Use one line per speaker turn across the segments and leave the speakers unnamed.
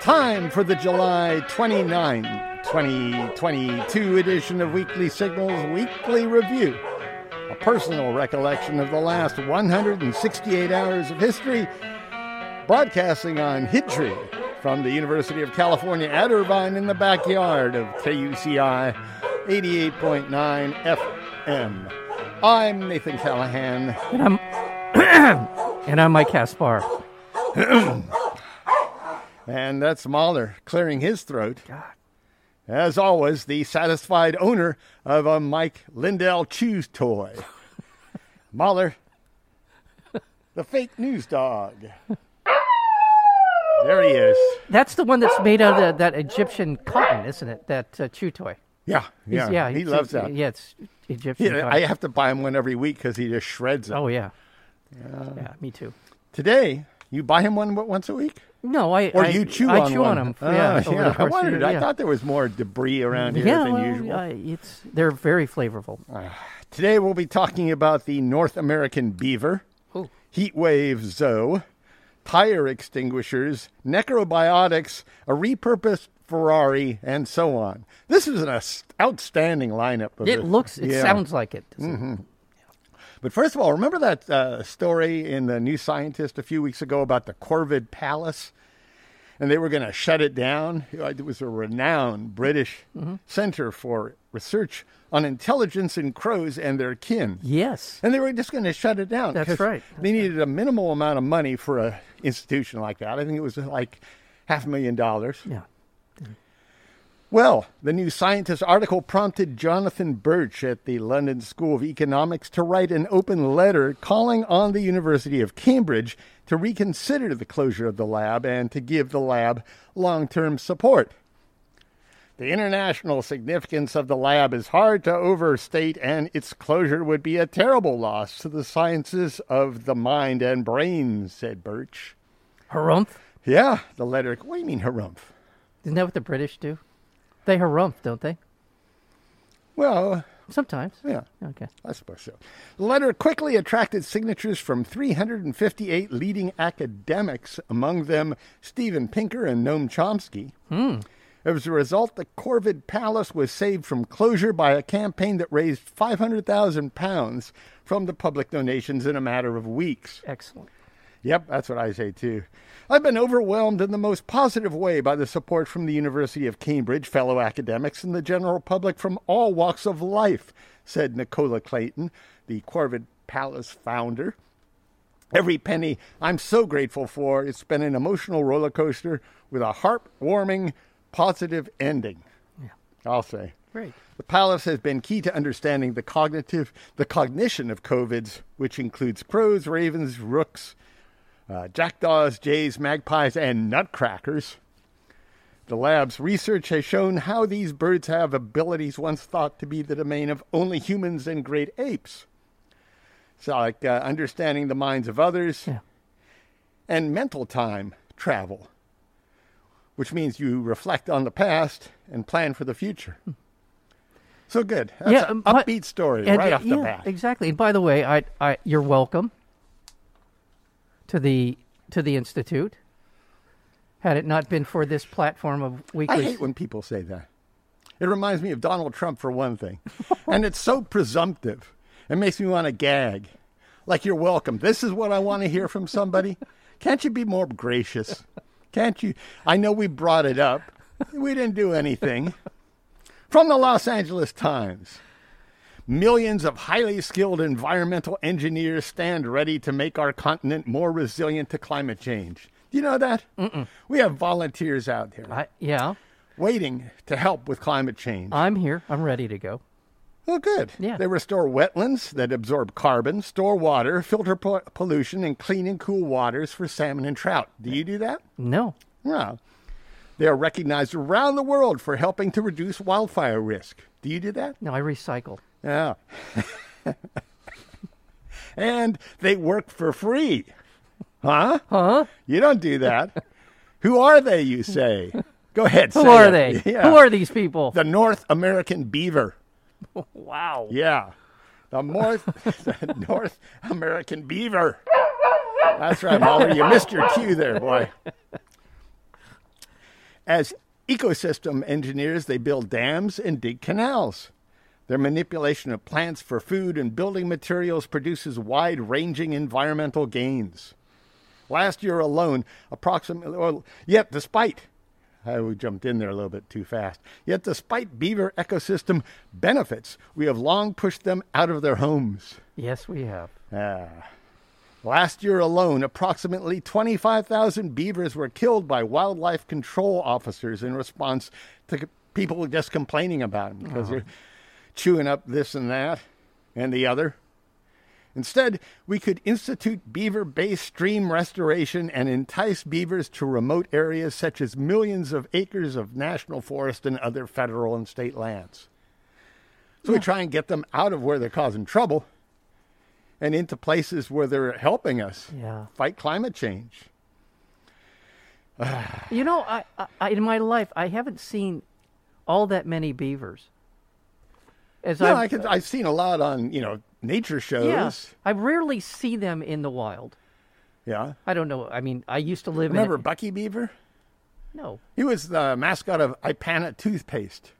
time for the July 29, 2022 edition of Weekly Signals Weekly Review, a personal recollection of the last 168 hours of history, broadcasting on Hidri from the University of California at Irvine in the backyard of KUCI 88.9 FM. I'm Nathan Callahan.
And I'm and I'm Mike Caspar.
And that's Mahler clearing his throat. As always, the satisfied owner of a Mike Lindell Chews toy. Mahler, the fake news dog. There he is.
That's the one that's made out of that Egyptian cotton, isn't it? That uh, chew toy.
Yeah, yeah.
He's-
he
he's-
loves that.
Yeah, it's Egyptian.
Yeah, I
cotton.
have to buy him one every week because he just shreds it.
oh yeah. yeah, me too.
Today, you buy him one what, once a week?
No, I
Or
I,
you chew
I
on
chew
one?
on them.
Ah,
yeah, over
yeah.
the
I
course of
wondered.
the-
I
yeah.
thought there was more debris around here
yeah,
than
well,
usual.
I- it's they're very flavorful.
Today we'll be talking about the North American beaver,
Ooh.
heat wave zoe, tire extinguishers, necrobiotics, a repurposed Ferrari, and so on. This is an as- outstanding lineup. Of
It
this-
looks, it
Yeah. Mm-hmm.
sounds like it. doesn't it?
But first of all, remember that uh, story in the New Scientist a few weeks ago about the Corvid Palace? And they were going to shut it down. It was a renowned British
Mm-hmm.
center for research on intelligence in crows and their kin.
Yes.
And they were just going to shut it down.
That's
'cause
right.
They needed a minimal amount of money for a institution like that. I think it was like half a million dollars.
Yeah.
Well, the New Scientist article prompted Jonathan Birch at the London School of Economics to write an open letter calling on the University of Cambridge to reconsider the closure of the lab and to give the lab long term support. The international significance of the lab is hard to overstate, and its closure would be a terrible loss to the sciences of the mind and brain, said Birch.
Harumph.
Yeah, the letter. What do you mean, harumph?
Isn't that what the British do? They harumph, don't they?
Well,
Sometimes.
yeah.
Okay.
I suppose so. The letter quickly attracted signatures from 358 leading academics, among them Steven Pinker and Noam Chomsky. As a result, the Corvid Palace was saved from closure by a campaign that raised 500,000 pounds from the public donations in a matter of weeks.
Excellent.
Yep, that's what I say too. I've been overwhelmed in the most positive way by the support from the University of Cambridge, fellow academics, and the general public from all walks of life, said Nicola Clayton, the Corvid Palace founder. Every penny I'm so grateful for. It's been an emotional roller coaster with a heartwarming, positive ending. I'll say.
Great.
The palace has been key to understanding the cognitive, the cognition of COVIDs, which includes crows, ravens, rooks, uh, jackdaws, jays, magpies, and nutcrackers. The lab's research has shown how these birds have abilities once thought to be the domain of only humans and great apes. So, like uh, understanding the minds of others
Yeah.
and mental time travel, which means you reflect on the past and plan for the future. So good. That's
Hmm. Yeah,
an
um, but-
upbeat story
And,
right
uh,
off the
yeah,
bat.
Exactly. And by the way, I, I, you're welcome to the to the institute. Had it not been for this platform of
I
weekly,
hate when people say that. It reminds me of Donald Trump for one thing. and it's so presumptive. It makes me want to gag. Like you're welcome. This is what I want to hear from somebody. Can't you be more gracious? Can't you? I know we brought it up. We didn't do anything. From the Los Angeles Times. Millions of highly skilled environmental engineers stand ready to make our continent more resilient to climate change. Do you know that? We have volunteers out there
I, yeah,
waiting to help with climate change.
I'm here. I'm ready to go.
Oh, good.
Uh, Yeah.
They restore wetlands that absorb carbon, store water, filter po- pollution, and clean and cool waters for salmon and trout. Do you do that?
No,
No. They are recognized around the world for helping to reduce wildfire risk. Do you do that?
no, I recycle.
Yeah. and they work for free. Huh?
Huh?
You don't do that. Who are they, you say? Go ahead.
Who
say
are
it.
they?
Yeah.
Who are these people?
the North American beaver?
wow.
Yeah. The North, the North American beaver. That's right, Molly. You missed your cue there, boy. As ecosystem engineers, they build dams and dig canals. Their manipulation of plants for food and building materials produces wide ranging environmental gains. Last year alone, approximately, well, yet despite, I jumped in there a little bit too fast, yet despite beaver ecosystem benefits, we have long pushed them out of their homes.
Yes, we have.
Ah. Last year alone, approximately 25,000 beavers were killed by wildlife control officers in response to c- people just complaining about them because they're chewing up this and that and the other. Instead, we could institute beaver based stream restoration and entice beavers to remote areas such as millions of acres of national forest and other federal and state lands. So we try and get them out of where they're causing trouble and into places where they're helping us
Yeah.
fight climate change.
You know, I, I, I in my life I haven't seen all that many beavers. As
No,
I've-
I can, I've seen a lot on you know nature shows.
yeah, I rarely see them in the wild.
Yeah.
I don't know. I mean, I used to live
Remember
in
Bucky Beaver?
no.
He was the mascot of Ipana toothpaste.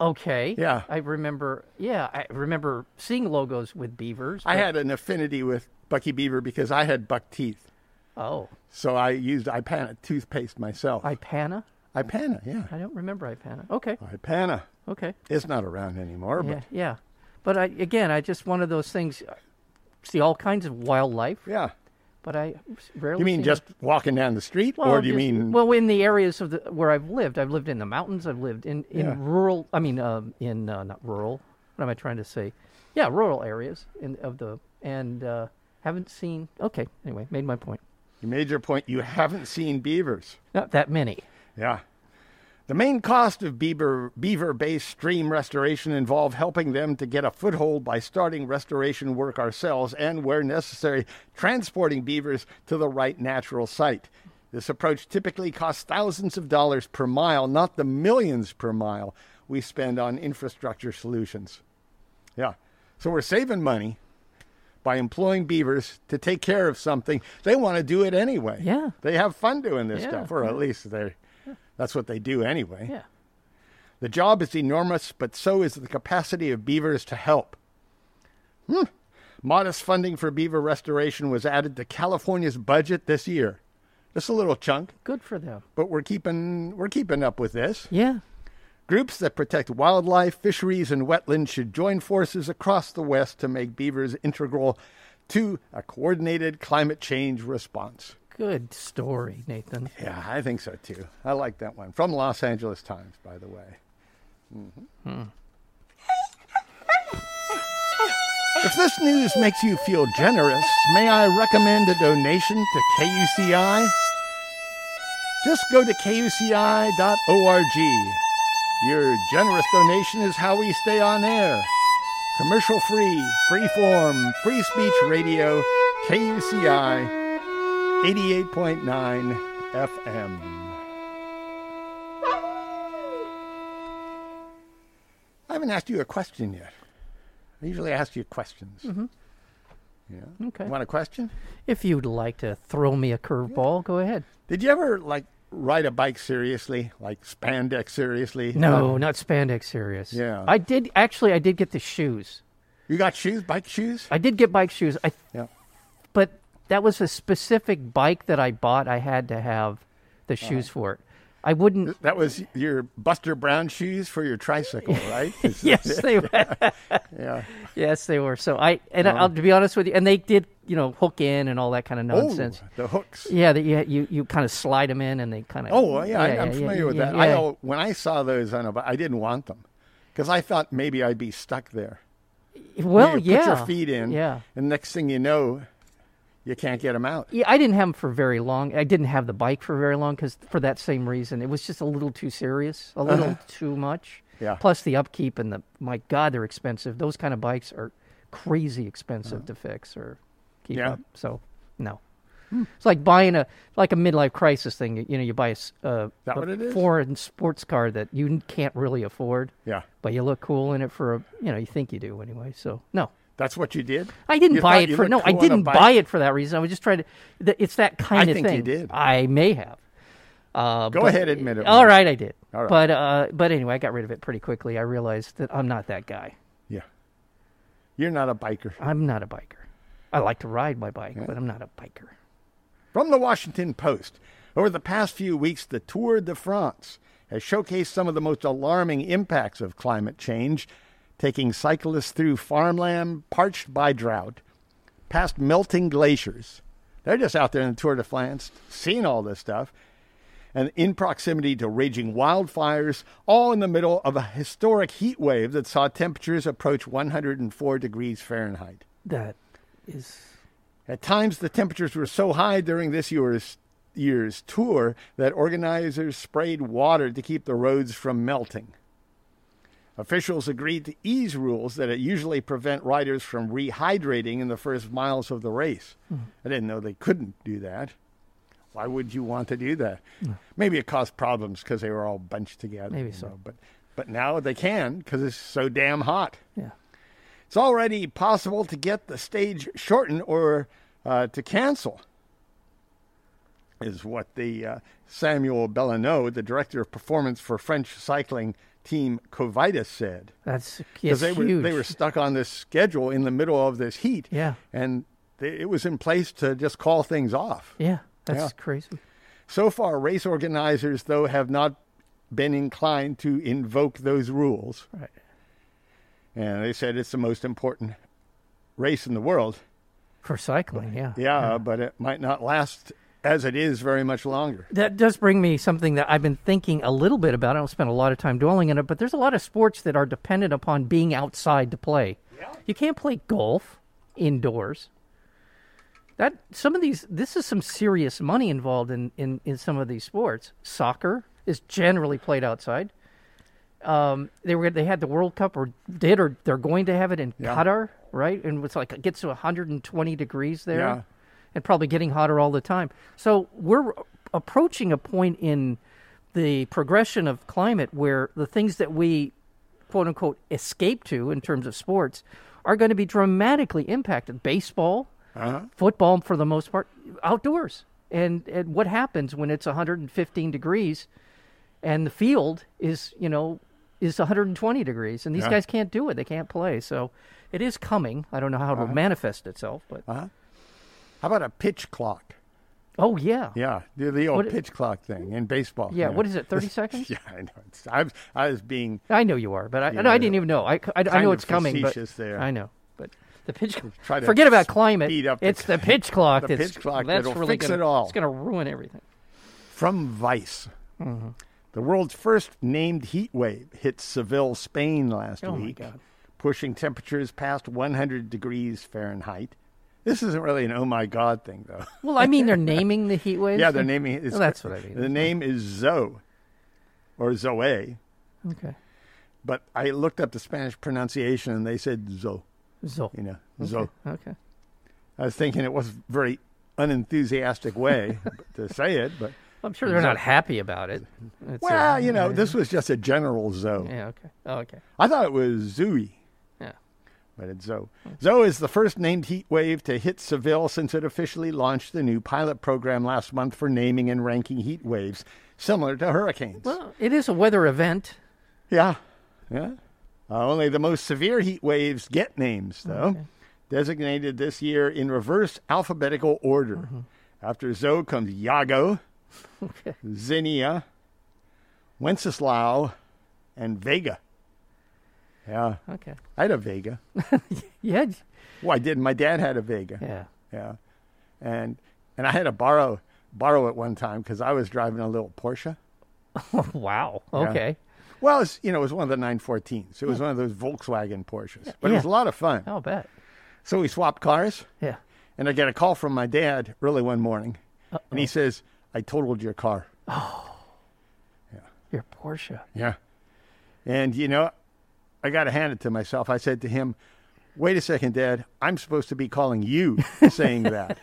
Okay.
Yeah.
I remember. Yeah, I remember seeing logos with beavers.
I
but-
had an affinity with Bucky Beaver because I had buck teeth,
Oh,
so I used Ipana toothpaste myself.
Ipana.
Ipana, yeah,
I don't remember Ipana. Okay.
Ipana.
Okay.
It's not around anymore,
Yeah.
but
Yeah. But I, again, I just one of those things. I See all kinds of wildlife,
yeah.
but I rarely.
You mean
see
just walking down the street,
Well,
or do you
just-
mean
well in the areas of the, where I've lived? I've lived in the mountains. I've lived in, in
Yeah.
rural. I mean, um, in uh, not rural. What am I trying to say? Yeah, rural areas in, of the and uh, haven't seen. Okay, anyway, made my point.
you made your point? You haven't seen beavers.
Not that many.
Yeah. The main cost of beaver beaver based stream restoration involved helping them to get a foothold by starting restoration work ourselves and, where necessary, transporting beavers to the right natural site. This approach typically costs thousands of dollars per mile, not the millions per mile we spend on infrastructure solutions. Yeah. So we're saving money by employing beavers to take care of something. They want to do it anyway.
Yeah.
They have fun doing this
Yeah,
stuff, or at least they that's what they do anyway.
Yeah.
The job is enormous, but so is the capacity of beavers to help. Hmm. Modest funding for beaver restoration was added to California's budget this year. Just a little chunk,
Good for them.
but we're keeping we're keeping up with this.
Yeah.
Groups that protect wildlife, fisheries, and wetlands should join forces across the West to make beavers integral to a coordinated climate change response.
Good story, Nathan.
Yeah, I think so too. I like that one. From Los Angeles Times, by the way. Mm-hmm. If this news makes you feel generous, may I recommend a donation to KUCI? Just go to kuci.org. Your generous donation is how we stay on air. Commercial free, free form, free speech radio, KUCI 88.9 FM. I haven't asked you a question yet. I usually ask you questions.
Mm-hmm.
Yeah.
Okay.
Want a question?
If you'd like to throw me a curveball, go ahead.
Did you ever like ride a bike seriously, like spandex seriously? Um,
No, not spandex serious.
Yeah.
I did actually. I did get the shoes.
You got shoes, bike shoes?
I did get bike shoes. I
Yeah.
but that was a specific bike that I bought. I had to have the
Uh-huh.
shoes for it. I wouldn't.
That was your Buster Brown shoes for your tricycle, right?
Yes, they were.
Yeah.
yes, they were. So I and I, will to be honest with you, and they did, you know, hook in and all that kind of nonsense.
Oh, the hooks.
Yeah, that you you you kind of slide them in, and they kind of.
Oh, well, yeah, I, I'm familiar with that. I
yeah.
al- when I saw those on a bi- I didn't want them because I thought maybe I'd be stuck there.
well,
you
Oh, yeah.
Put your feet in.
Yeah.
And next thing you know, you can't get them out.
Yeah, I didn't have them for very long. I didn't have the bike for very long because for that same reason, it was just a little too serious, a little too much.
Uh-huh. Yeah.
Plus the upkeep and the my God, they're expensive. Those kind of bikes are crazy expensive to fix or keep
Uh-huh. Yeah. Hmm.
up. So no, it's like buying a like a midlife crisis thing. You, you know, you buy a, s- uh,
that
a
what it is?
foreign sports car that you n- can't really afford,
Yeah.
but you look cool in it for a you know you think you do anyway. So no,
That's what you did.
I didn't
You
buy
thought
it
you
for no.
looked
I
cool on a
didn't
bike?
buy it for that reason. I was just trying to. th- It's that kind of
think you
thing.
did.
I may have, Uh,
Go
but-
ahead, admit it.
All right, I did.
All right.
But uh, but anyway, I got rid of it pretty quickly. I realized that I'm not that guy.
Yeah. You're not a biker.
I'm not a biker. I like to ride my bike, but I'm not a biker.
From the Washington Post, over the past few weeks, the Tour de France has showcased some of the most alarming impacts of climate change, taking cyclists through farmland parched by drought, past melting glaciers. They're just out there in the Tour de France, seeing all this stuff, and in proximity to raging wildfires, all in the middle of a historic heat wave that saw temperatures approach 104 degrees Fahrenheit.
That is
At times, the temperatures were so high during this year's, year's tour that organizers sprayed water to keep the roads from melting. Officials agreed to ease rules that usually prevent riders from rehydrating in the first miles of the race.
Mm-hmm.
I didn't know they couldn't do that. Why would you want to do that? Maybe it caused problems because they were all bunched together.
Maybe
you
so.
know, but, but now they can because it's so damn hot.
yeah.
It's already possible to get the stage shortened or uh, to cancel, is what the uh, Samuel Bellineau, the director of performance for French cycling team Covitus, said.
That's it's
Because they were
huge.
they were stuck on this schedule in the middle of this heat,
Yeah.
and they, it was in place to just call things off.
yeah. That's
Yeah.
crazy.
So far, race organizers though have not been inclined to invoke those rules.
Right.
And they said it's the most important race in the world.
For cycling, yeah.
Yeah, but it might not last as it is very much longer.
That does bring me something that I've been thinking a little bit about. I don't spend a lot of time dwelling on it, but there's a lot of sports that are dependent upon being outside to play. You can't play golf indoors. That some of these this is some serious money involved in, in, in some of these sports. Soccer is generally played outside. Um, they were they had the World Cup or did or they're going to have it in Qatar, right? And it's like it gets to 120 degrees there
Yeah.
and probably getting hotter all the time. So we're approaching a point in the progression of climate where the things that we quote unquote escape to in terms of sports are going to be dramatically impacted. Baseball, football for the most part, outdoors. And, and what happens when it's 115 degrees and the field is, you know, is 120 degrees and these guys can't do it. They can't play. So it is coming. I don't know how it'll manifest itself, but
How about a pitch clock?
oh yeah.
Yeah, do the old
What-
pitch clock thing in baseball.
Yeah, what is it, 30 seconds?
Yeah, I know. It's, I, was, I was being
I know you are, but I,
Yeah,
I
I
didn't
know.
even know. I, I, I
Kind
know
of
it's coming, but
facetious there.
I know. But the pitch
Try to
forget about climate.
speed up the
it's the
cl-
pitch clock.
the
that's,
pitch clock
That's
that'll
really
fix
gonna,
it all.
It's going to ruin everything.
from Vice.
Mm-hmm.
The world's first named heat wave hit Seville, Spain last
Oh, my
week,
God.
pushing temperatures past 100 degrees Fahrenheit. This isn't really an oh my God thing, though.
Well, I mean, they're naming the heat waves.
yeah, their naming is.
Well, that's what I mean.
The name is Zoe or Zoe,
Okay.
but I looked up the Spanish pronunciation and they said Zoe.
So,
you know. So
okay.
I was thinking it was a very unenthusiastic way to say it, but
I'm sure they're not happy about it. It's a-
well, you know, this was just a general zo.
Yeah, okay. Oh, okay.
I thought it was zooey,
Yeah.
but it's zo. Zo is the first named heat wave to hit Seville since it officially launched the new pilot program last month for naming and ranking heat waves, similar to hurricanes.
Well, it is a weather event.
Yeah. Yeah. Uh, only the most severe heat waves get names, though, designated this year in reverse alphabetical order. After Zo comes Yago, Zinnia, Wenceslao, and Vega. Yeah,
Okay.
I had a Vega.
Yeah.
Well, I did. My dad had a Vega.
Yeah.
Yeah, and and I had to borrow borrow it one time because I was driving a little Porsche.
wow. Okay.
Well, it's, you know, it was one of the 914s. It was one of those Volkswagen Porsches, but it was a
Yeah. Oh.
lot of fun.
I'll bet.
So we swapped cars,
Yeah.
and I get a call from my dad early one morning, and he says, "I totaled your car."
Your Porsche.
Yeah, and you know, I got to hand it to myself. I said to him, "Wait a second, Dad. I'm supposed to be calling you saying that."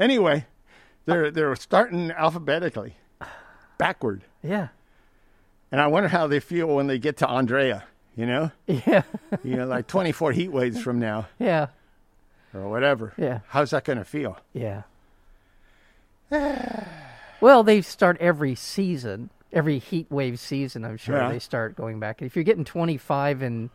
anyway, they're they're starting alphabetically, backward,
Yeah.
and I wonder how they feel when they get to Andrea. You know,
Yeah.
you know, like 24 heat waves from now
yeah.
or whatever.
Yeah.
How's that going to feel?
Yeah. Well, they start every season, every heat wave season. I'm sure
Yeah.
they start going back. If you're getting 25 in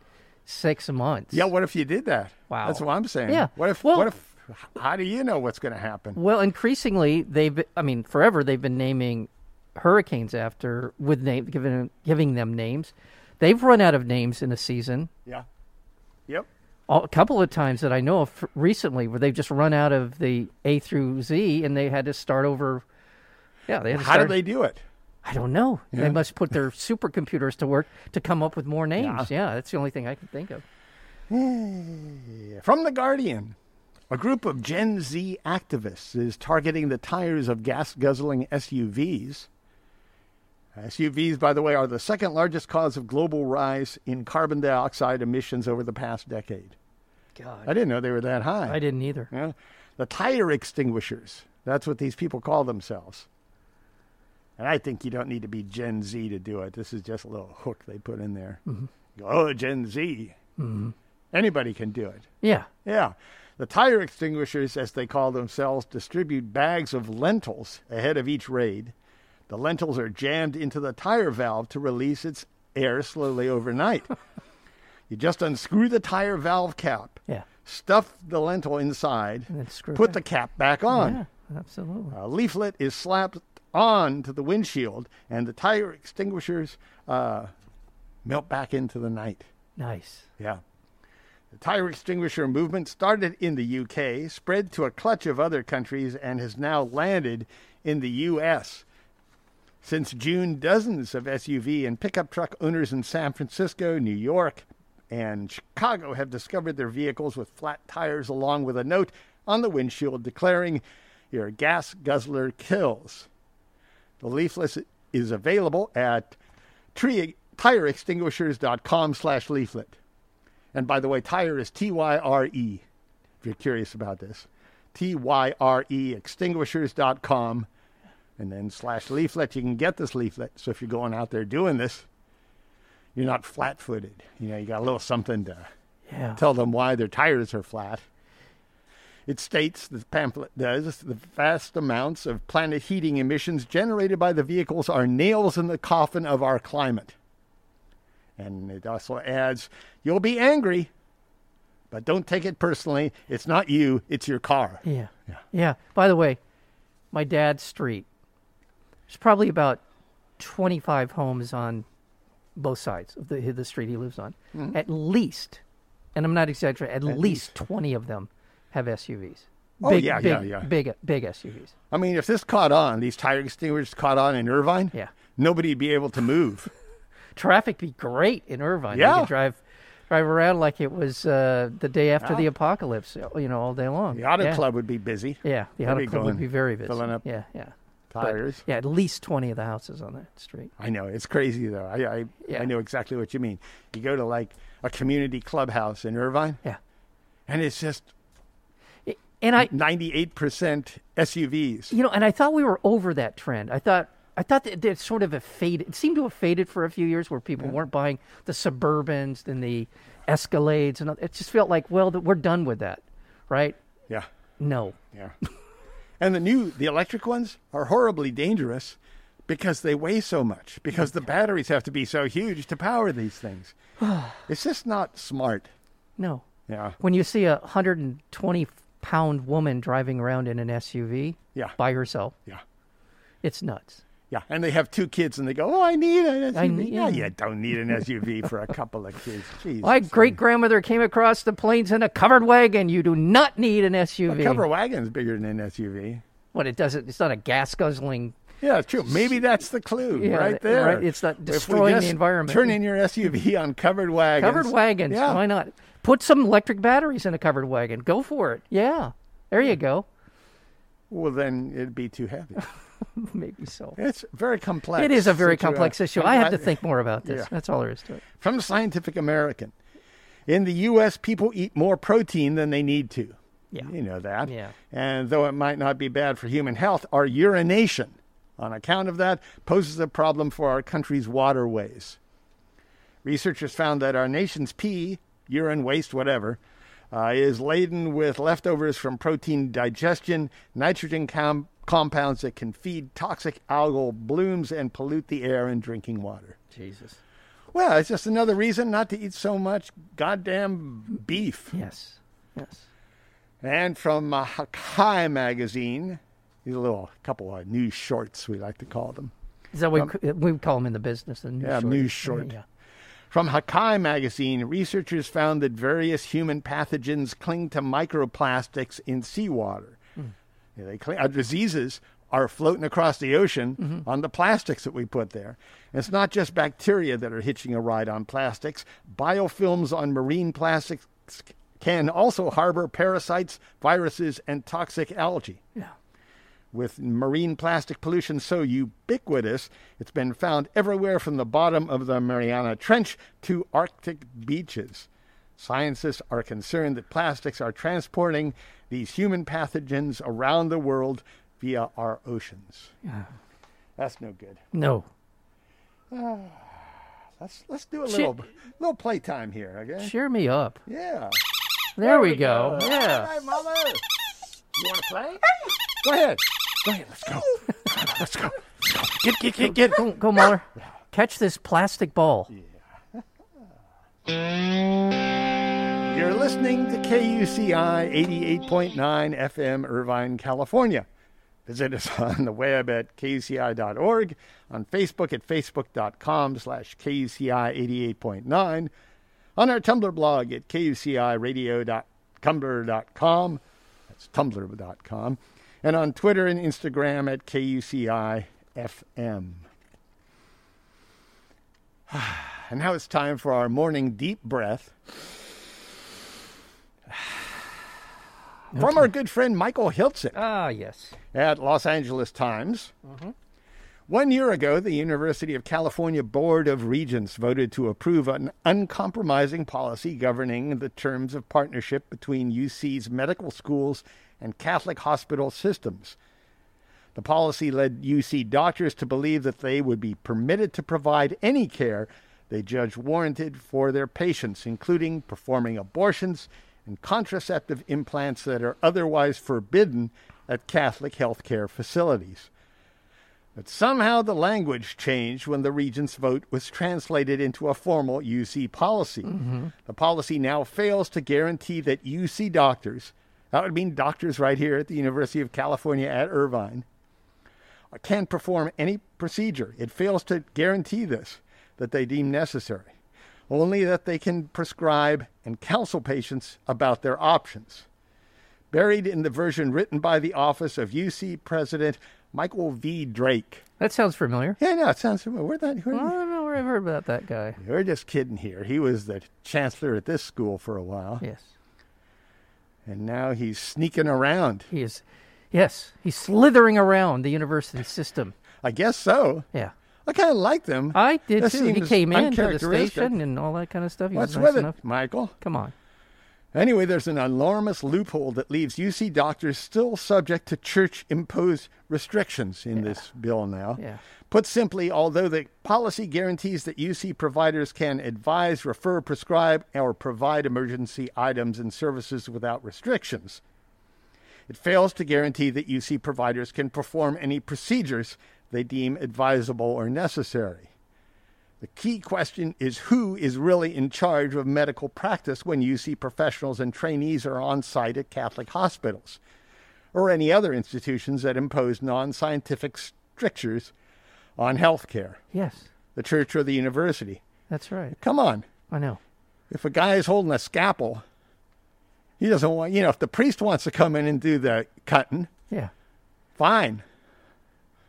six months,
Yeah, what if you did that?
Wow.
That's what I'm saying.
Yeah.
What if
Well-
what if how do you know what's going to happen?
Well, increasingly they've. Been, I mean, forever they've been naming hurricanes after with name giving giving them names. They've run out of names in a season.
Yeah. Yep.
a couple of times that I know of recently where they've just run out of the A through Z and they had to start over. Yeah, they had to
How
start.
do they do it?
I don't know. They must put their supercomputers to work to come up with more names. Yeah. that's the only thing I can think of.
From The Guardian, a group of Gen Z activists is targeting the tires of gas guzzling SUVs. SUVs, by the way, are the second largest cause of global rise in carbon dioxide emissions over the past decade.
God,
I didn't know they were that high.
I didn't either.
Yeah. The tire extinguishers. That's what these people call themselves. And I think you don't need to be Gen Z to do it. This is just a little hook they put in there. Go, Oh, Gen Z. Anybody can do it.
Yeah,
Yeah. The tire extinguishers, as they call themselves, distribute bags of lentils ahead of each raid. The lentils are jammed into the tire valve to release its air slowly overnight. you just unscrew the tire valve cap,
yeah,
stuff the lentil inside,
then screw it
put
back.
the cap back on.
yeah, absolutely.
A leaflet is slapped on to the windshield, and the tire extinguishers uh, melt back into the night.
Nice.
Yeah. The tire extinguisher movement started in the UK, spread to a clutch of other countries, and has now landed in the US. Since June, dozens of SUV and pickup truck owners in San Francisco, New York, and Chicago have discovered their vehicles with flat tires, along with a note on the windshield declaring, Your gas guzzler kills. The leaflet is available at tree, tireextinguishers.com slash leaflet. And by the way, tire is T Y R E, if you're curious about this. T Y R E extinguishers.com and then slash leaflet. You can get this leaflet. So if you're going out there doing this, you're not flat footed. You know, you got a little something to
Yeah.
tell them why their tires are flat. It states, the pamphlet does, the vast amounts of planet heating emissions generated by the vehicles are nails in the coffin of our climate. And it also adds, you'll be angry, but don't take it personally. It's not you, it's your car.
Yeah. Yeah. By the way, my dad's street. There's probably about 25 homes on both sides of the the street he lives on.
Mm-hmm.
At least, and I'm not exaggerating, at, least, 20 of them have SUVs.
Oh,
big,
yeah,
big,
yeah, yeah.
Big, big SUVs.
I mean, if this caught on, these tire extinguishers caught on in Irvine,
Yeah.
nobody'd be able to move.
Traffic be great in Irvine. You
Yeah.
could drive drive around like it was uh, the day after the apocalypse, you know, all day long.
The auto
yeah.
club would be busy.
Yeah, the
They'd
auto
be
club
going,
would be very busy.
filling up
yeah, yeah. But,
tires.
yeah, at least 20 of the houses on that street.
I know it's crazy though. I I,
Yeah.
I know exactly what you mean. You go to like a community clubhouse in Irvine,
Yeah.
and it's just
And I,
ninety eight percent SUVs.
you know, and I thought we were over that trend. I thought, I thought that it sort of a faded. It seemed to have faded for a few years, where people weren't buying the Suburbans and the Escalades, and all- it just felt like, well, that we're done with that, right?
Yeah,
No,
yeah. and the new the electric ones are horribly dangerous because they weigh so much because the batteries have to be so huge to power these things. it's just not smart.
no.
Yeah,
When you see a hundred and twenty pound woman driving around in an SUV,
Yeah.
by herself,
yeah.
it's nuts.
Yeah, and they have two kids, and they go, "Oh, I need an SUV."
need-
yeah,
yeah.
you don't need an SUV for a couple of kids. Jeez,
My great grandmother came across the plains in a covered wagon. You do not need an SUV.
cover wagon's bigger than an SUV.
What it doesn't, it's not a gas guzzling
Yeah, it's true. Maybe that's the clue
Yeah,
right
that-
there.
right. It's not
If we
destroying the
just
environment.
Turn in your SUV on covered wagons.
Covered wagons.
Yeah.
Why not? Put some electric batteries in a covered wagon. Go for it. Yeah. There you go.
Well, then it'd be too heavy.
Maybe so.
It's very complex.
It is a very
situation.
complex issue.
I'm
I have to
glad-
think more about this.
uh, Yeah.
That's all there is to it.
From Scientific American, in the U.S., people eat more protein than they need to.
Yeah.
You know that.
Yeah.
And though it might not be bad for human health, our urination, on account of that, poses a problem for our country's waterways. Researchers found that our nation's pee, urine, waste, whatever, uh, is laden with leftovers from protein digestion, nitrogen com- compounds that can feed toxic algal blooms and pollute the air and drinking water.
Jesus.
Well, it's just another reason not to eat so much goddamn beef.
Yes. Yes.
And from uh, Hakai magazine, these little couple of news shorts we like to call them.
Is that what we, we call them in the business? The news
Yeah,
short.
news short.
Yeah.
From Hakai magazine, researchers found that various human pathogens cling to microplastics in seawater. Yeah, they cling, our diseases are floating across the ocean on the plastics that we put there. And it's not just bacteria that are hitching a ride on plastics. Biofilms on marine plastics can also harbor parasites, viruses, and toxic algae.
yeah.
With marine plastic pollution so ubiquitous, it's been found everywhere from the bottom of the Mariana Trench to Arctic beaches. Scientists are concerned that plastics are transporting these human pathogens around the world via our oceans.
Yeah.
That's no good.
No.
Let's let's do a
Shit.
little little playtime here, okay?
Cheer me up.
Yeah.
There, we, go.
All
Yeah.
right, mama. You want to play? Go ahead. Go ahead. Let's go. Let's go. Let's go. Get get get get.
Go, go Mahler. Catch this plastic ball.
You're listening to KUCI 88.9 FM, Irvine, California. Visit us on the web at kuci.org, on Facebook at facebook.com slash kuci 88.9, on our Tumblr blog at kuciradio.tumblr.com, that's tumblr.com, and on Twitter and Instagram at KUCI FM. And now it's time for our morning deep breath. From our good friend Michael Hiltzik
Ah, yes.
at Los Angeles Times. One year ago, the University of California Board of Regents voted to approve an uncompromising policy governing the terms of partnership between UC's medical schools and Catholic hospital systems. The policy led UC doctors to believe that they would be permitted to provide any care they judge warranted for their patients, including performing abortions and contraceptive implants that are otherwise forbidden at Catholic healthcare facilities. But somehow the language changed when the regent's vote was translated into a formal UC policy. The policy now fails to guarantee that UC doctors, that would mean doctors right here at the University of California at Irvine, can perform any procedure. It fails to guarantee this that they deem necessary, only that they can prescribe and counsel patients about their options. Buried in the version written by the office of UC President Michael V. Drake.
That sounds familiar.
Yeah, no, it sounds familiar. Where that? Where
I don't know where I've heard about that guy.
We're just kidding here. He was the chancellor at this school for a while,
Yes.
and now he's sneaking around.
He is. Yes. He's slithering around the university system.
I guess so.
Yeah.
I kind of like them.
I did
That
too. He
seems
came in to the
uncharacteristic.
station and all that kind of stuff. He
What's
was nice
with
enough.
it, Michael?
Come on.
Anyway, there's an enormous loophole that leaves UC doctors still subject to church imposed restrictions in this bill now.
Yeah.
Put simply, although the policy guarantees that UC providers can advise, refer, prescribe, or provide emergency items and services without restrictions, it fails to guarantee that UC providers can perform any procedures they deem advisable or necessary. The key question is who is really in charge of medical practice when UC professionals and trainees are on site at Catholic hospitals or any other institutions that impose non scientific strictures on healthcare,
Yes.
the church or the university.
That's right.
Come on,
I know.
if a guy is holding a scalpel, he doesn't want, you know, if the priest wants to come in and do the cutting,
Yeah.
fine.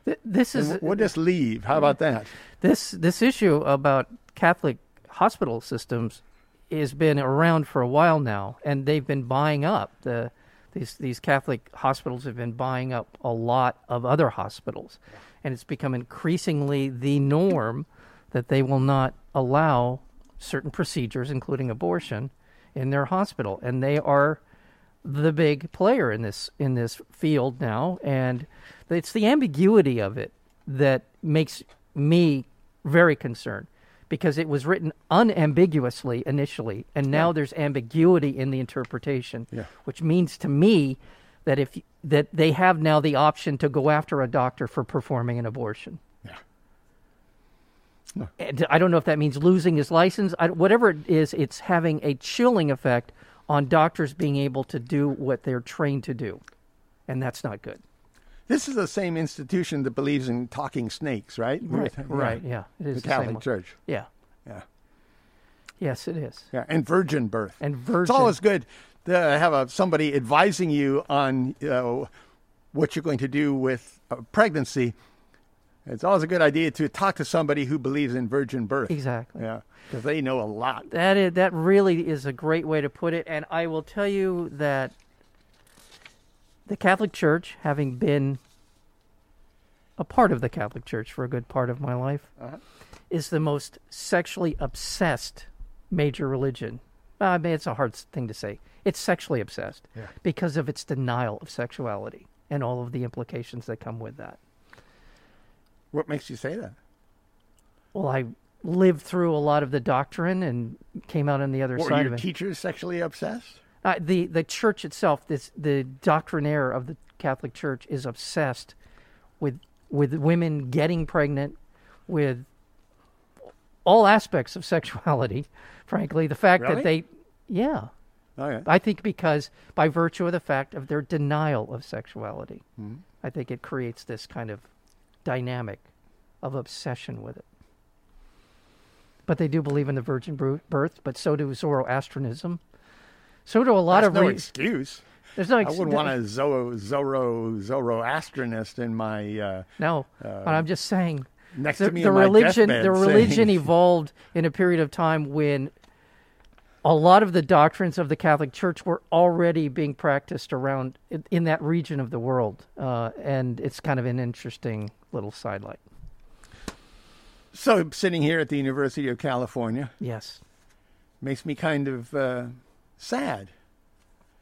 Th- this is
We'll we'll just leave. How about that?
this this issue about Catholic hospital systems has been around for a while now, and they've been buying up the these these Catholic hospitals have been buying up a lot of other hospitals, and it's become increasingly the norm that they will not allow certain procedures, including abortion, in their hospital, and they are the big player in this in this field now, and it's the ambiguity of it that makes me very concerned because it was written unambiguously initially, and now there's ambiguity in the interpretation,
Yeah.
which means to me that if that they have now the option to go after a doctor for performing an abortion.
Yeah.
And I don't know if that means losing his license. I, whatever it is, it's having a chilling effect on doctors being able to do what they're trained to do, and that's not good.
This is the same institution that believes in talking snakes, right?
Right, right, yeah, it is
the
the same
Catholic
one.
Church.
Yeah.
Yeah.
Yes, it is.
Yeah, and virgin birth.
And
It's
virgin.
always good to have a, somebody advising you on you know, what you're going to do with a pregnancy. It's always a good idea to talk to somebody who believes in virgin birth.
Exactly.
Yeah, because they know a lot.
That is, that really is a great way to put it, and I will tell you that the Catholic Church, having been a part of the Catholic Church for a good part of my life,
Uh-huh.
is the most sexually obsessed major religion. Well, I mean, it's a hard s- thing to say. It's sexually obsessed
Yeah.
because of its denial of sexuality and all of the implications that come with that.
What makes you say that?
Well, I lived through a lot of the doctrine and came out on the other
Were
side
your
of it.
teachers sexually obsessed?
Uh, the the church itself, this the doctrinaire of the Catholic Church is obsessed with with women getting pregnant, with all aspects of sexuality. Frankly, the fact
Really?
that they, yeah,
All right.
I think because by virtue of the fact of their denial of sexuality,
Hmm.
I think it creates this kind of dynamic of obsession with it. But they do believe in the virgin bru- birth, but so do Zoroastrianism. So do a lot
That's
of
no
re-
excuse.
there's no.
I
Ex-
wouldn't want a Zoro, Zoro, Zoroastronist in my. Uh,
No, but I'm just saying.
next
the,
to me
the
in my
religion,
deathbed
the
saying-
religion evolved in a period of time when a lot of the doctrines of the Catholic Church were already being practiced around in, in that region of the world, uh, and it's kind of an interesting little sidelight.
so sitting here at the University of California
Yes,
makes me kind of uh, sad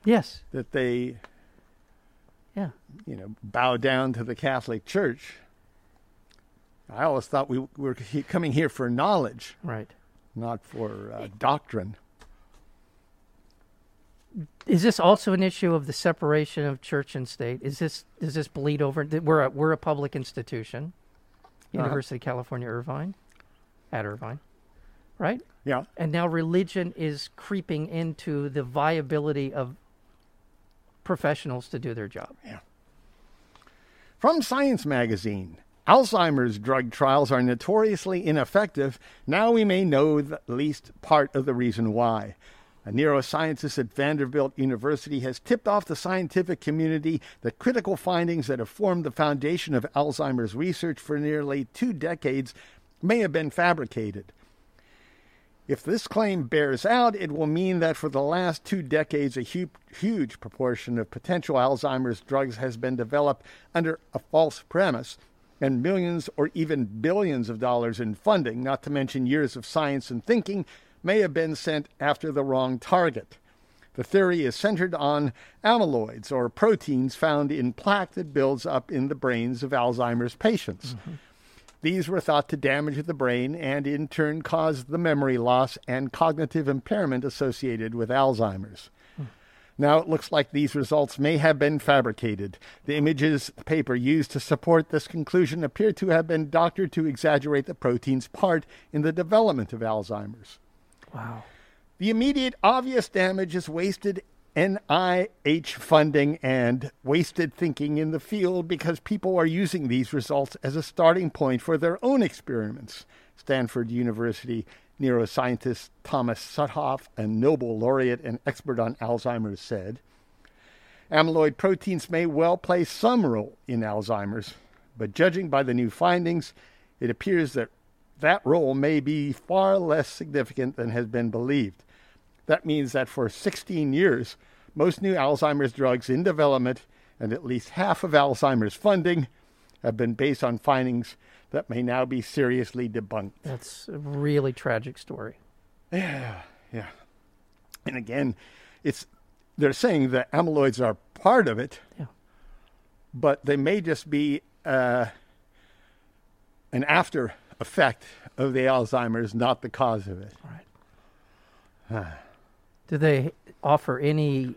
yes,
that they
yeah.
you know, bow down to the Catholic Church. I always thought we were he- coming here for knowledge,
Right.
not for uh, doctrine.
Is this also an issue of the separation of church and state? Is this does this bleed over? that We're a, we're a public institution, University of California Irvine, at Irvine, right?
Yeah,
And now religion is creeping into the viability of professionals to do their job.
yeah. From Science Magazine Alzheimer's drug trials are notoriously ineffective. Now we may know the- at least part of the reason why. A neuroscientist at Vanderbilt University has tipped off the scientific community the critical findings that have formed the foundation of Alzheimer's research for nearly two decades may have been fabricated. If this claim bears out, it will mean that for the last two decades, a hu- huge proportion of potential Alzheimer's drugs has been developed under a false premise, and millions or even billions of dollars in funding, not to mention years of science and thinking, may have been sent after the wrong target. The theory is centered on amyloids or proteins found in plaque that builds up in the brains of Alzheimer's patients. These were thought to damage the brain and in turn cause the memory loss and cognitive impairment associated with Alzheimer's. Now it looks like these results may have been fabricated. The images paper used to support this conclusion appear to have been doctored to exaggerate the protein's part in the development of Alzheimer's.
Wow.
The immediate obvious damage is wasted NIH funding and wasted thinking in the field because people are using these results as a starting point for their own experiments. Stanford University neuroscientist Thomas Suthoff, a Nobel laureate and expert on Alzheimer's, said amyloid proteins may well play some role in Alzheimer's, but judging by the new findings, it appears that that role may be far less significant than has been believed. That means that for 16 years, most new Alzheimer's drugs in development and at least half of Alzheimer's funding have been based on findings that may now be seriously debunked.
That's a really tragic story.
Yeah. And again, it's they're saying that amyloids are part of it,
Yeah.
but they may just be uh, an after effect of the Alzheimer's, not the cause of it.
All right. Do they offer any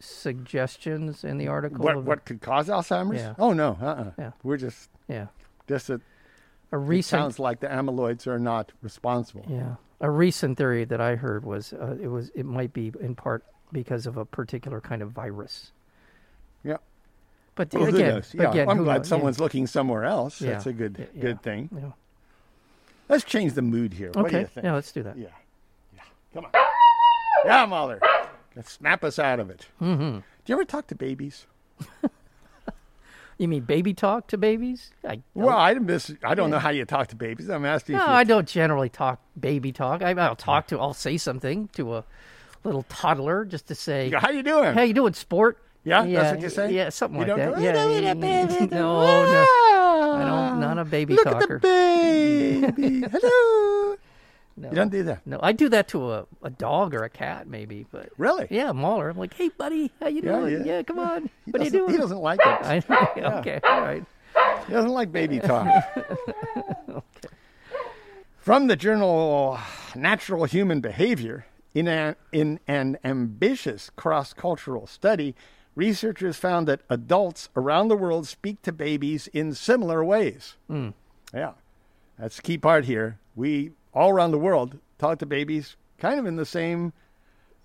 suggestions in the article?
What
of-
what could cause Alzheimer's?
Yeah.
Oh no, uh-uh.
Yeah.
We're just
Yeah.
just a,
A recent
sounds like the amyloids are not responsible.
yeah a recent theory that I heard was uh, it was it might be in part because of a particular kind of virus.
Yeah.
But
Well, Oh, who
again,
knows? Yeah,
again,
I'm
who
glad
knows? Yeah.
someone's looking somewhere else.
Yeah.
That's a good
Yeah.
good thing.
Yeah.
Let's change the mood here. What do
Okay.
you think?
Yeah, let's do that.
Yeah. Yeah. Come on. Yeah, Mahler. Let's snap us out of it. Mm-hmm. Do you ever talk to babies?
You mean baby talk to babies? I
Well, I miss. I don't know how you talk to babies. I'm asking
no,
if you.
I don't generally talk baby talk. I, I'll talk to, I'll say something to a little toddler just to say,
Yeah, how you doing?
"How you doing, sport?"
Yeah, that's what you say?
Yeah, something
You
like
don't
that.
go, "Hey,
yeah, yeah,
little
yeah.
baby,
no, no, I don't. Not a baby
Look
talker.
at the baby. Hello. You don't do that.
no, I do that to a, a dog or a cat maybe, but
Really?
yeah, Mauler. I'm like, "Hey, buddy, how you
Yeah,
doing?
yeah.
come on.
He
what are you
doesn't-
doing?"
He doesn't like it.
I, okay, all right.
He doesn't like baby talk. From the journal Natural Human Behavior, in, a, in an ambitious cross cultural study, researchers found that adults around the world speak to babies in similar ways. Yeah, that's the key part here. We all around the world talk to babies kind of in the same,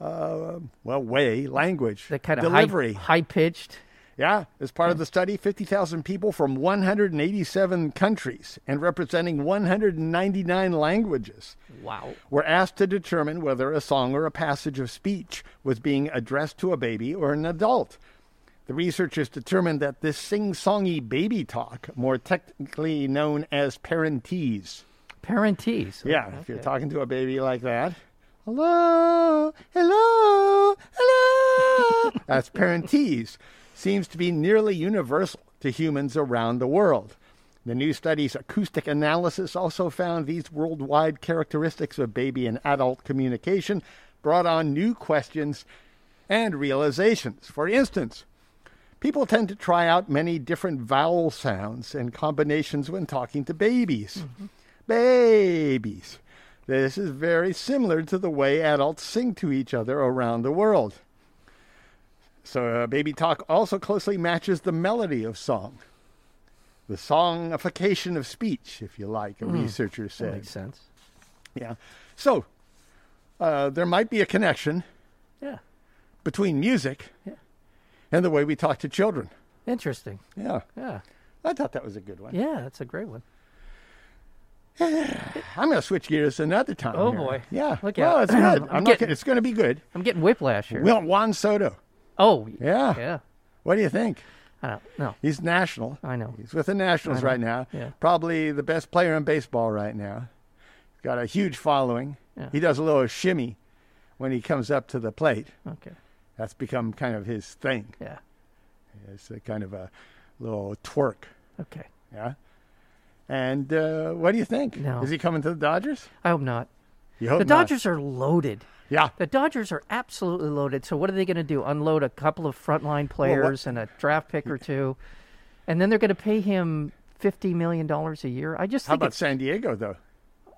uh, well, way, language,
That kind of
delivery.
high pitched.
Yeah, as part of the study, 50,000 people from 187 countries and representing 199 languages
Wow.
were asked to determine whether a song or a passage of speech was being addressed to a baby or an adult. The researchers determined that this sing songy baby talk, more technically known as parentese,
Parentese.
yeah, if you're talking to a baby like that, hello, hello, hello. That's parentese. Seems to be nearly universal to humans around the world. The new study's acoustic analysis also found these worldwide characteristics of baby and adult communication brought on new questions and realizations. For instance, People tend to try out many different vowel sounds and combinations when talking to babies.
Mm-hmm.
Babies. This is very similar to the way adults sing to each other around the world. So, uh, baby talk also closely matches the melody of song. The songification of speech, if you like, a researcher
Mm, That
said.
makes sense.
Yeah. So, uh, there might be a connection
Yeah.
between music
Yeah.
and the way we talk to children.
Interesting.
Yeah.
Yeah.
I thought that was a good one.
Yeah, that's a great one.
I'm going to switch gears another time.
Oh,
here.
boy.
Yeah.
Look
well,
out.
it's good.
I'm
I'm not
getting-
kidding. It's going to be good.
I'm getting whiplash here.
Well, Juan Soto.
oh,
Yeah.
Yeah.
What do you think?
I don't know.
He's national.
I know.
He's with the Nationals right now.
Yeah.
Probably the best player in baseball right now. Got a huge following.
Yeah.
He does a little shimmy when he comes up to the plate.
Okay.
That's become kind of his thing.
Yeah.
It's a kind of a little twerk.
Okay.
Yeah. And uh, what do you think?
No.
Is he coming to the Dodgers?
I hope not.
You hope
the
not.
Dodgers are loaded.
Yeah.
The Dodgers are absolutely loaded. So what are they going to do? Unload a couple of frontline
what-
players and a draft pick or two, and then they're going to pay him fifty million dollars a year. I just
How
think
about
it's,
San Diego though?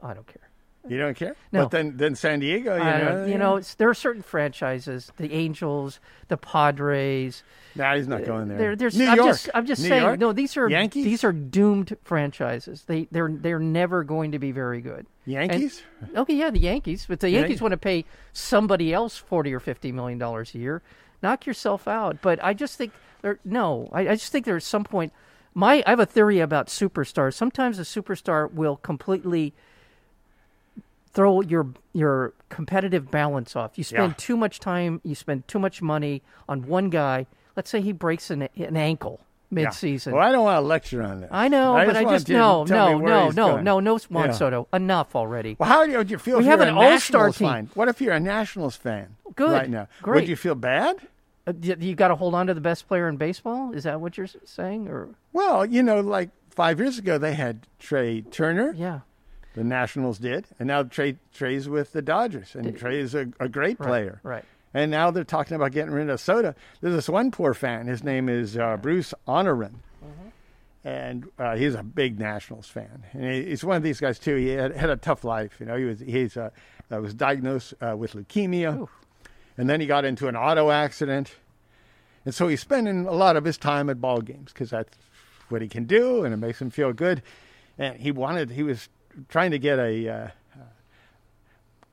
I don't care.
You don't care?
No.
But then, then San Diego, you
I
know.
don't, you know, it's, there are certain franchises, the Angels, the Padres.
Nah, he's not going there.
There, there's,
New
I'm
York.
just, I'm just
New
saying.
York?
No, these are
Yankees.
these are doomed franchises. They they're they're never going to be very good.
Yankees?
And- okay, yeah, the Yankees. But the Yankees want to pay somebody else forty or fifty million dollars a year. Knock yourself out. But I just think there. No, I, I just think there's some point. My I have a theory about superstars. Sometimes a superstar will completely throw your your competitive balance off. You spend
Yeah.
too much time, you spend too much money on one guy. Let's say he breaks an, an ankle
Yeah.
midseason.
Well, I don't want to lecture on this.
I know, but I
want
just
you to
no,
tell me
no,
where
no,
he's
no,
going.
no, no, Juan
Yeah.
Soto. Enough already.
Well, how do you, would you feel?
We
if
have
you're
an
a
all-star
Nationals
team.
fan? What if you're a Nationals fan?
Good.
Right now,
Great.
would you feel bad?
Uh, y- You got to hold on to the best player in baseball. Is that what you're s- saying? Or
Well, you know, like five years ago, they had Trey Turner.
yeah,
The Nationals did, and now Trey Trey's with the Dodgers, and Trey's a, a great player.
right.
And now they're talking about getting rid of Soda. There's this one poor fan. His name is uh, Bruce Honorin.
Mm-hmm.
And uh, he's a big Nationals fan, and he, he's one of these guys too. He had, had a tough life, you know. He was he's uh, uh, was diagnosed uh, with leukemia, and then he got into an auto accident, And so he's spending a lot of his time at ball games because that's what he can do, and it makes him feel good. And he wanted, he was trying to get a uh, uh,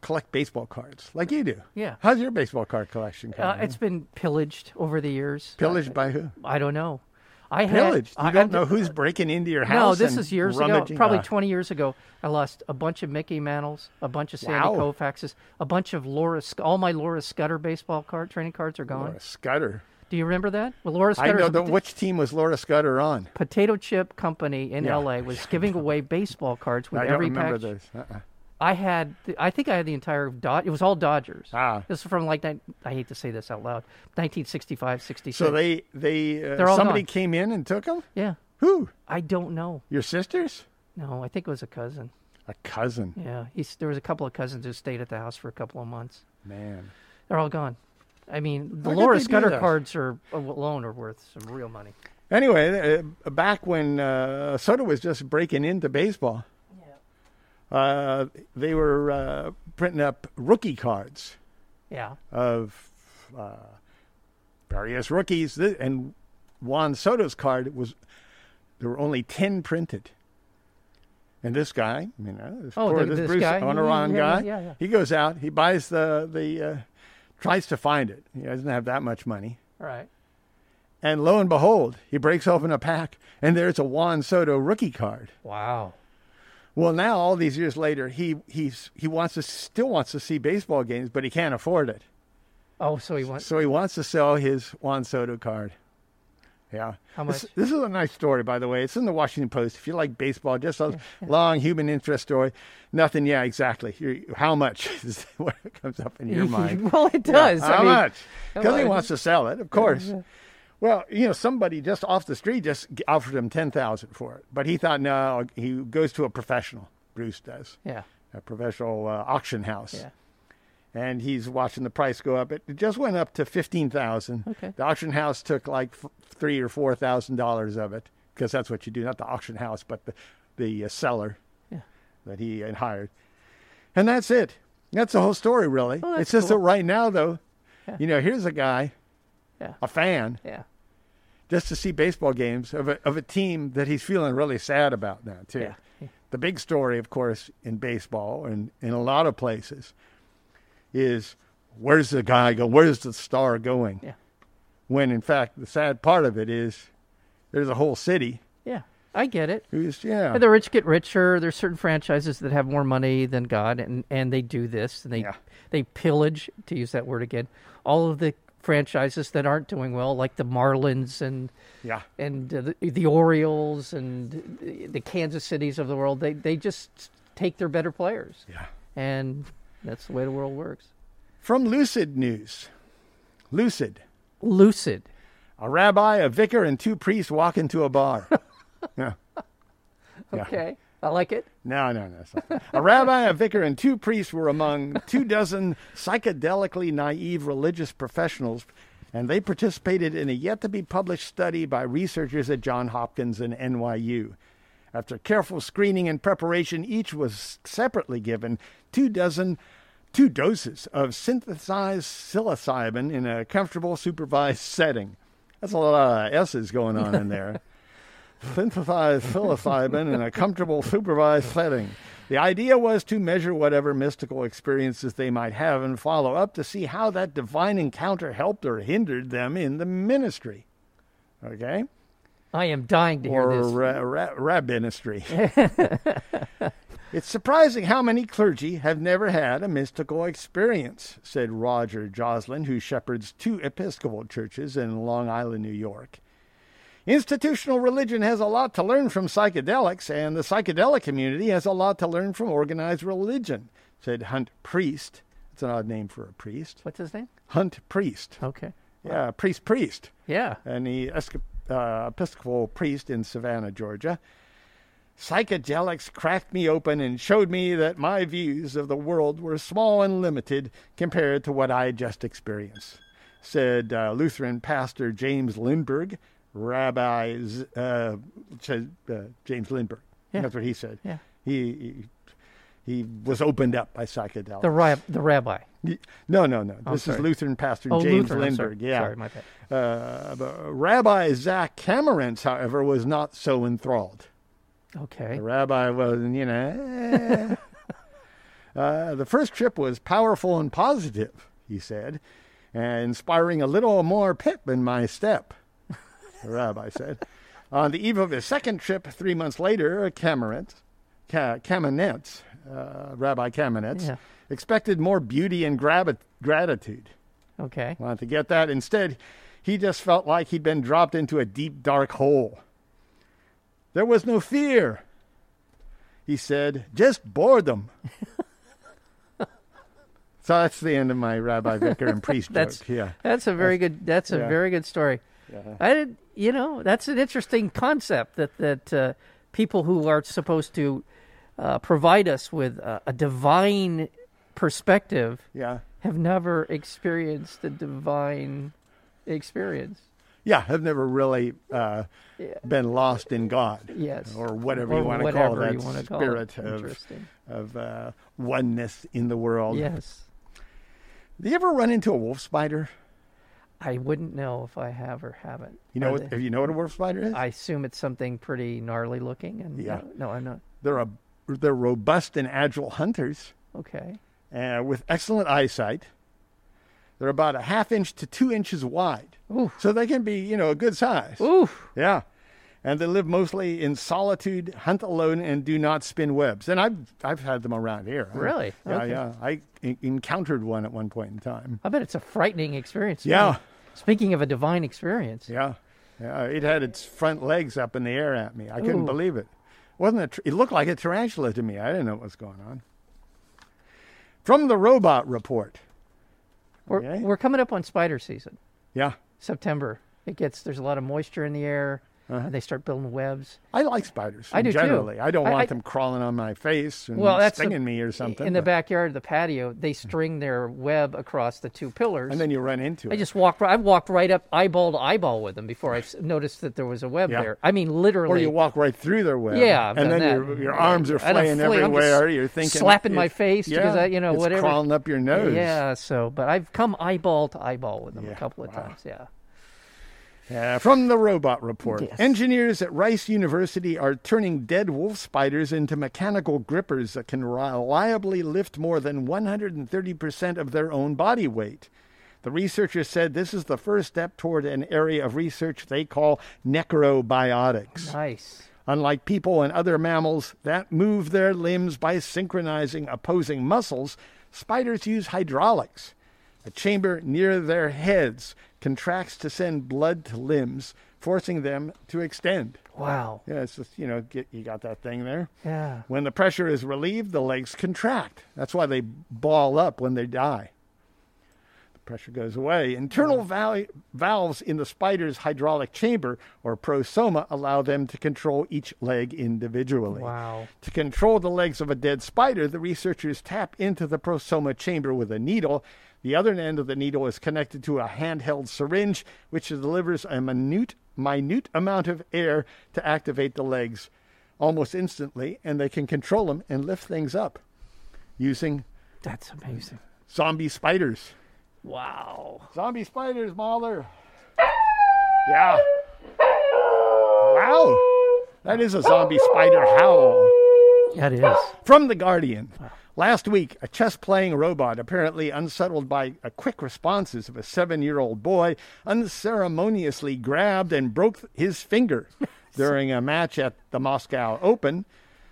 collect baseball cards like you do.
Yeah.
How's your baseball card collection?
Uh,
Colin?
it's been pillaged over the years.
pillaged by who?
I don't know. I had-
Pillaged.
I-
you don't
I'm-
know who's breaking into your house.
No, this
and
is years
rummaging-
ago. Probably
Ah,
20 years ago. I lost a bunch of Mickey Mantles, a bunch of Sandy
Wow.
Koufaxes, a bunch of Laura. Sc- All my Laura Scudder baseball card training cards are gone.
Laura Scudder.
Do you remember that? Well, Laura
I
Scudder.
know
is a
the,
pota-
which team was Laura Scudder on.
Potato chip company in
Yeah.
LA was giving away baseball cards with
I don't
every
remember
package.
those. Uh-uh.
I had, the, I think I had the entire Dod It was all Dodgers.
Ah.
This is from like, nine- I hate to say this out loud, 1965, 66.
So they they
They're
uh,
all
somebody
gone.
came in and took them.
yeah.
Who?
I don't know.
Your sisters?
No, I think it was a cousin.
A cousin?
Yeah. He's, there was a couple of cousins who stayed at the house for a couple of months.
Man.
They're all gone. I mean, the
How could
Laura
they do
Scudder
that?
cards are uh, alone are worth some real money.
Anyway, uh, back when uh, Soto was just breaking into baseball, uh, they were uh, printing up rookie cards
Yeah.
of uh, various rookies, Th- and Juan Soto's card was there were only ten printed. And this guy, you know, this,
Oh,
poor-
the-
this,
this
Bruce
guy?
Onoran
Yeah,
guy,
yeah, yeah, yeah.
he goes out, he buys the the, uh, tries to find it. He doesn't have that much money.
All right.
And lo and behold, he breaks open a pack, and there's a Juan Soto rookie card.
Wow.
Well, now all these years later, he he's he wants to still wants to see baseball games, but he can't afford it.
Oh, so he went.
So he wants to sell his Juan Soto card. Yeah.
How
This,
much?
this is a nice story, by the way. It's in the Washington Post. If you like baseball, just a long human interest story. Nothing. Yeah, exactly. You're, how much is what comes up in your mind?
well, it does.
How
I mean,
much? Because he
well,
wants to sell it, of course. Well, you know, somebody just off the street just g- offered him ten thousand for it, but he thought no. He goes to a professional. Bruce does
Yeah.
a professional uh, auction house,
Yeah.
and he's watching the price go up. It it just went up to fifteen thousand.
Okay.
The auction house took like f- three or four thousand dollars of it because that's what you do—not the auction house, but the the uh, seller
Yeah.
that he had hired. And that's it. That's the whole story, really.
Well, Oh, that's
it's just
cool.
that right now, though,
Yeah.
you know, here's a guy,
Yeah.
a fan,
Yeah.
just to see baseball games of a, of a team that he's feeling really sad about now, too.
Yeah. Yeah.
The big story, of course, in baseball and in a lot of places is where's the guy go? Where's the star going?
Yeah.
When, in fact, the sad part of it is there's a whole city
Yeah. I get it.
who's, yeah.
And the rich get richer. There's certain franchises that have more money than God, and, and they do this. And they
Yeah.
they pillage, to use that word again, all of the franchises that aren't doing well, like the Marlins and
Yeah.
and uh, the, the Orioles and the, the Kansas Cities of the world. They they just take their better players,
Yeah.
and that's the way the world works.
From Lucid News. Lucid.
Lucid.
A rabbi, a vicar, and two priests walk into a bar. yeah. Yeah.
Okay, I like it.
No, no, no. it's not. A rabbi, a vicar, and two priests were among two dozen psychedelically naive religious professionals, and they participated in a yet to be published study by researchers at Johns Hopkins and NYU. After careful screening and preparation, each was separately given two dozen two doses of synthesized psilocybin in a comfortable supervised setting. That's a lot of S's going on in there synthesized psilocybin in a comfortable supervised setting. The idea was to measure whatever mystical experiences they might have and follow up to see how that divine encounter helped or hindered them in the ministry. Okay?
I am dying to hear
Or
this.
ra- ra- rabbinistry. it's surprising how many clergy have never had a mystical experience, said Roger Joslin, who shepherds two Episcopal churches in Long Island, New York. Institutional religion has a lot to learn from psychedelics, and the psychedelic community has a lot to learn from organized religion, said Hunt Priest. That's an odd name for a priest.
What's his name?
Hunt Priest.
Okay.
Yeah, priest, priest
Yeah.
and the Esca- uh, Episcopal priest in Savannah, Georgia. Psychedelics cracked me open and showed me that my views of the world were small and limited compared to what I had just experienced, said uh, Lutheran pastor James Lindberg, Rabbi Z- uh, said, uh, James Lindberg.
Yeah.
That's what he said.
Yeah.
He, he He was opened up by psychedelics.
The, rab- the rabbi.
Y- No, no, no. This is
sorry.
Lutheran pastor
Oh,
James
Lutheran, I'm sorry.
Lindbergh. Yeah.
Sorry, my bad.
Uh, but Rabbi Zach Camerance, however, was not so enthralled.
Okay.
The rabbi was, you know. eh. uh, the first trip was powerful and positive, he said, and inspiring a little more pep in my step, the rabbi said. On the eve of his second trip, three months later, Kamenetz, Ka- Kamenetz, uh, Rabbi Kamenetz,
Yeah.
expected more beauty and gravi- gratitude.
Okay.
Wanted to get that. Instead, he just felt like he'd been dropped into a deep, dark hole. There was no fear, he said, just boredom. so that's the end of my rabbi, vicar, and priest
That's-
joke. Yeah.
That's a very good. That's a
yeah. Uh-huh.
very good story. I did. You know, that's an interesting concept that that uh, people who are supposed to uh, provide us with uh, a divine perspective
Yeah.
have never experienced the divine experience.
Yeah. I've never really uh,
Yeah.
been lost in God.
Yes.
Or whatever
Or
you want to call
whatever
that
you wanna call it.
spirit of,
Interesting.
of uh, oneness in the world.
Yes.
Do you ever run into a wolf spider?
I wouldn't know if I have or haven't.
You know,
Are
what,
they-
if you know what a wolf spider is?
I assume it's something pretty gnarly looking. And
Yeah.
No, I'm not.
They're a, they're robust and agile hunters
Okay.
uh, with excellent eyesight. They're about a half inch to two inches wide,
Ooh.
so they can be you know a good size.
Ooh.
Yeah, and they live mostly in solitude, hunt alone, and do not spin webs. And I've I've had them around here.
Really?
Yeah,
Okay.
yeah. I en- encountered one at one point in time.
I bet it's a frightening experience.
Yeah.
Speaking of a divine experience.
Yeah, yeah. It had its front legs up in the air at me. I couldn't
Ooh.
believe it. Wasn't it? It looked like a tarantula to me. I didn't know what was going on. From the robot report.
We're,
Okay.
we're coming up on spider season,
Yeah,
September. It gets there's a lot of moisture in the air,
Uh-huh.
and they start building webs.
I like spiders.
I do too.
generally. I don't
I-
want
I-
them crawling on my face and
Well, that's the-
Mm, stinging me or something.
in the
but-
backyard of the patio, they string their web across the two pillars.
and then you run into
I
it.
just walked. ri- I walked right up, eyeball to eyeball with them before I s- noticed that there was a web
Yeah.
there. I mean, literally.
Or you walk right through their web.
Yeah, I've
and
done
then
that.
your your arms are
I don't
flaying
fling, I'm just
everywhere. You're thinking
slapping my
it-
face
yeah,
because I- you know,
it's
whatever.
crawling up your nose.
Yeah, so but I've come eyeball to eyeball with them
Yeah,
a couple of
wow.
times. Yeah.
Yeah, Uh, from the robot report,
Yes.
engineers at Rice University are turning dead wolf spiders into mechanical grippers that can reliably lift more than 130% of their own body weight. The researchers said this is the first step toward an area of research they call necrobiotics.
Nice.
Unlike people and other mammals that move their limbs by synchronizing opposing muscles, spiders use hydraulics. A chamber near their heads contracts to send blood to limbs, forcing them to extend.
Wow.
Yeah, it's just, you know, get, you got that thing there.
Yeah.
When the pressure is relieved, the legs contract. That's why they ball up when they die. The pressure goes away. Internal val- valves in the spider's hydraulic chamber or prosoma allow them to control each leg individually.
Wow.
To control the legs of a dead spider, the researchers tap into the prosoma chamber with a needle. The other end of the needle is connected to a handheld syringe, which delivers a minute, minute amount of air to activate the legs almost instantly, and they can control them and lift things up using
That's amazing.
zombie spiders.
Wow.
Zombie spiders, Mahler. Yeah. Wow. That is a zombie spider howl.
That is.
From The Guardian. Last week, a chess playing robot, apparently unsettled by uh, quick responses of a seven year old boy, unceremoniously grabbed and broke his finger during a match at the Moscow Open.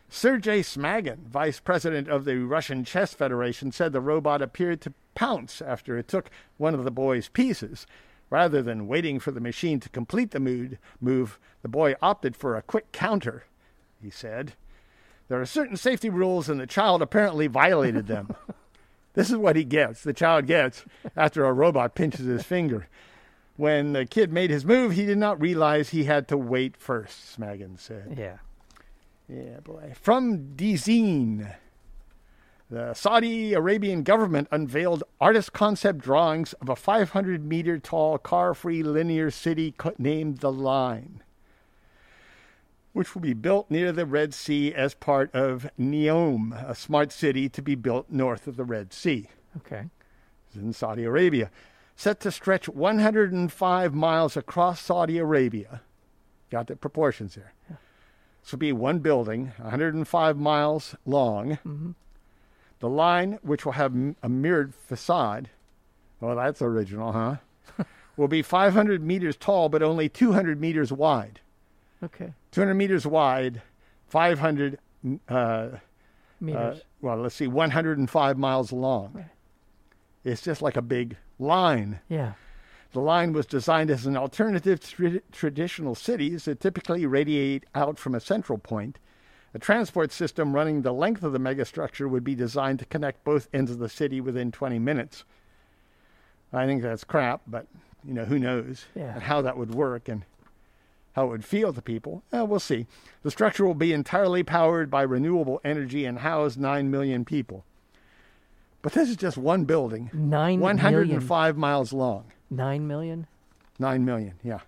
Sergei Smagin, vice president of the Russian Chess Federation, said the robot appeared to pounce after it took one of the boy's pieces. Rather than waiting for the machine to complete the mood, move, the boy opted for a quick counter, he said. There are certain safety rules, and the child apparently violated them. this is what he gets the child gets after a robot pinches his finger. When the kid made his move, he did not realize he had to wait first, Smagin said.
Yeah.
Yeah, boy. From Dizine. The Saudi Arabian government unveiled artist concept drawings of a 500 meter tall car free linear city co- named The Line. which will be built near the Red Sea as part of Neom, a smart city to be built north of the Red Sea.
Okay.
It's in Saudi Arabia, set to stretch 105 miles across Saudi Arabia. Got the proportions here. This will be one building, 105 miles long. The line, which will have m- a mirrored facade, well, that's original, huh? will be 500 meters tall, but only 200 meters wide.
Okay. Uh,
200 meters wide, 500, uh, uh,
Meters.
well, let's see, 105 miles long.
Right.
It's just like a big line.
yeah.
The line was designed as an alternative to tra- traditional cities that typically radiate out from a central point. A transport system running the length of the megastructure would be designed to connect both ends of the city within 20 minutes. I think that's crap, but you know who knows
Yeah.
and how that would work and how it would feel to people. Eh, we'll see. The structure will be entirely powered by renewable energy and house 9 million people. But this is just one building,
Nine million.
105 miles long.
Nine million.
Nine million, yeah.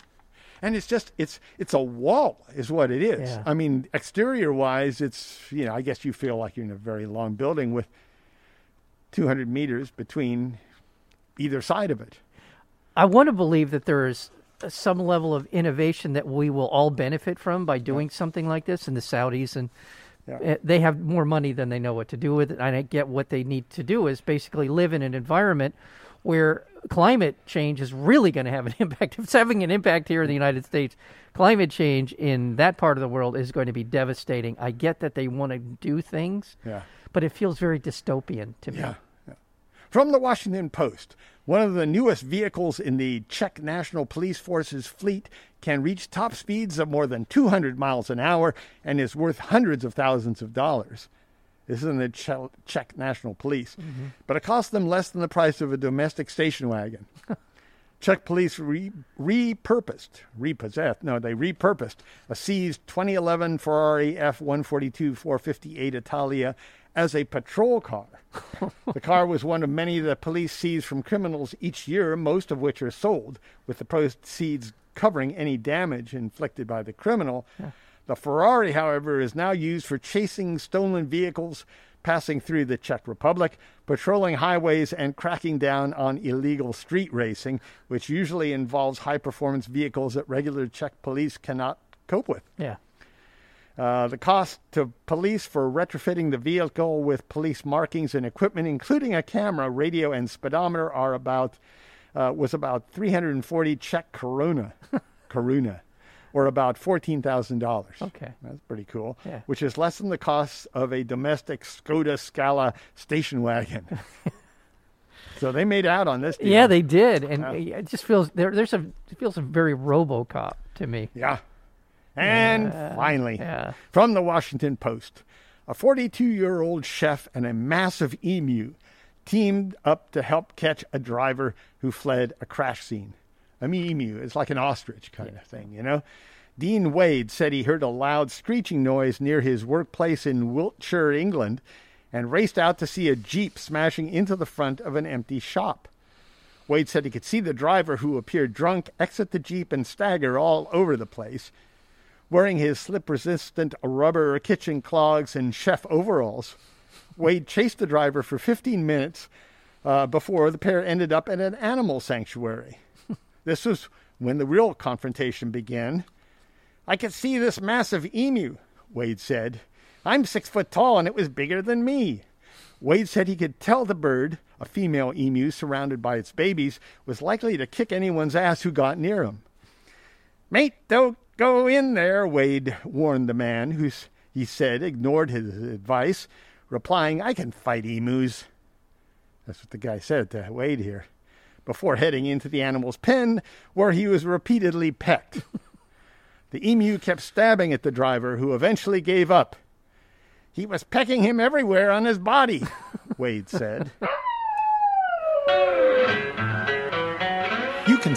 And it's just it's it's a wall is what it is.
Yeah.
I mean, exterior wise, it's you know I guess you feel like you're in a very long building with 200 meters between either side of it.
I want to believe that there is some level of innovation that we will all benefit from by doing something like this. And the Saudis and
Yeah.
eh, they have more money than they know what to do with it. And I get what they need to do is basically live in an environment where climate change is really going to have an impact. If it's having an impact here in the United States, climate change in that part of the world is going to be devastating. I get that they want to do things,
Yeah.
but it feels very dystopian to me.
Yeah. yeah. From the Washington Post, one of the newest vehicles in the Czech National Police Force's fleet can reach top speeds of more than 200 miles an hour and is worth hundreds of thousands of dollars. This is in the Che- Czech National Police, but it costs them less than the price of a domestic station wagon. Czech police re- repurposed, repossessed, no, they repurposed a seized 2011 Ferrari F142 458 Italia as a patrol car. the car was one of many the police seize from criminals each year, most of which are sold, with the proceeds covering any damage inflicted by the criminal. The Ferrari, however, is now used for chasing stolen vehicles passing through the Czech Republic, patrolling highways, and cracking down on illegal street racing, which usually involves high performance vehicles that regular Czech police cannot cope with.
Yeah.
Uh, the cost to police for retrofitting the vehicle with police markings and equipment, including a camera, radio, and speedometer, are about uh, was about 340 Czech koruna, koruna, or about fourteen thousand dollars.
Okay.
that's pretty cool.
Yeah.
Which is less than the cost of a domestic Skoda Scala station wagon. so they made out on this. Deal.
Yeah, they did, and it just feels there. There's a it feels very RoboCop to me.
Yeah. And finally,
yeah.
from the Washington Post, a 42 year old chef and a massive emu teamed up to help catch a driver who fled a crash scene. An emu is like an ostrich kind of thing, you know? Dean Wade said he heard a loud screeching noise near his workplace in Wiltshire, England, and raced out to see a Jeep smashing into the front of an empty shop. Wade said he could see the driver, who appeared drunk, exit the Jeep and stagger all over the place. Wearing his slip resistant rubber kitchen clogs and chef overalls, Wade chased the driver for 15 minutes uh, before the pair ended up at an animal sanctuary. this was when the real confrontation began. I could see this massive emu, Wade said. I'm six foot tall and it was bigger than me. Wade said he could tell the bird, a female emu surrounded by its babies, was likely to kick anyone's ass who got near him. Mate, don't go in there, Wade warned the man, who, s- he said, ignored his advice, replying, I can fight emus. That's what the guy said to Wade here, before heading into the animal's pen, where he was repeatedly pecked. the emu kept stabbing at the driver, who eventually gave up. He was pecking him everywhere on his body, Wade said.
You can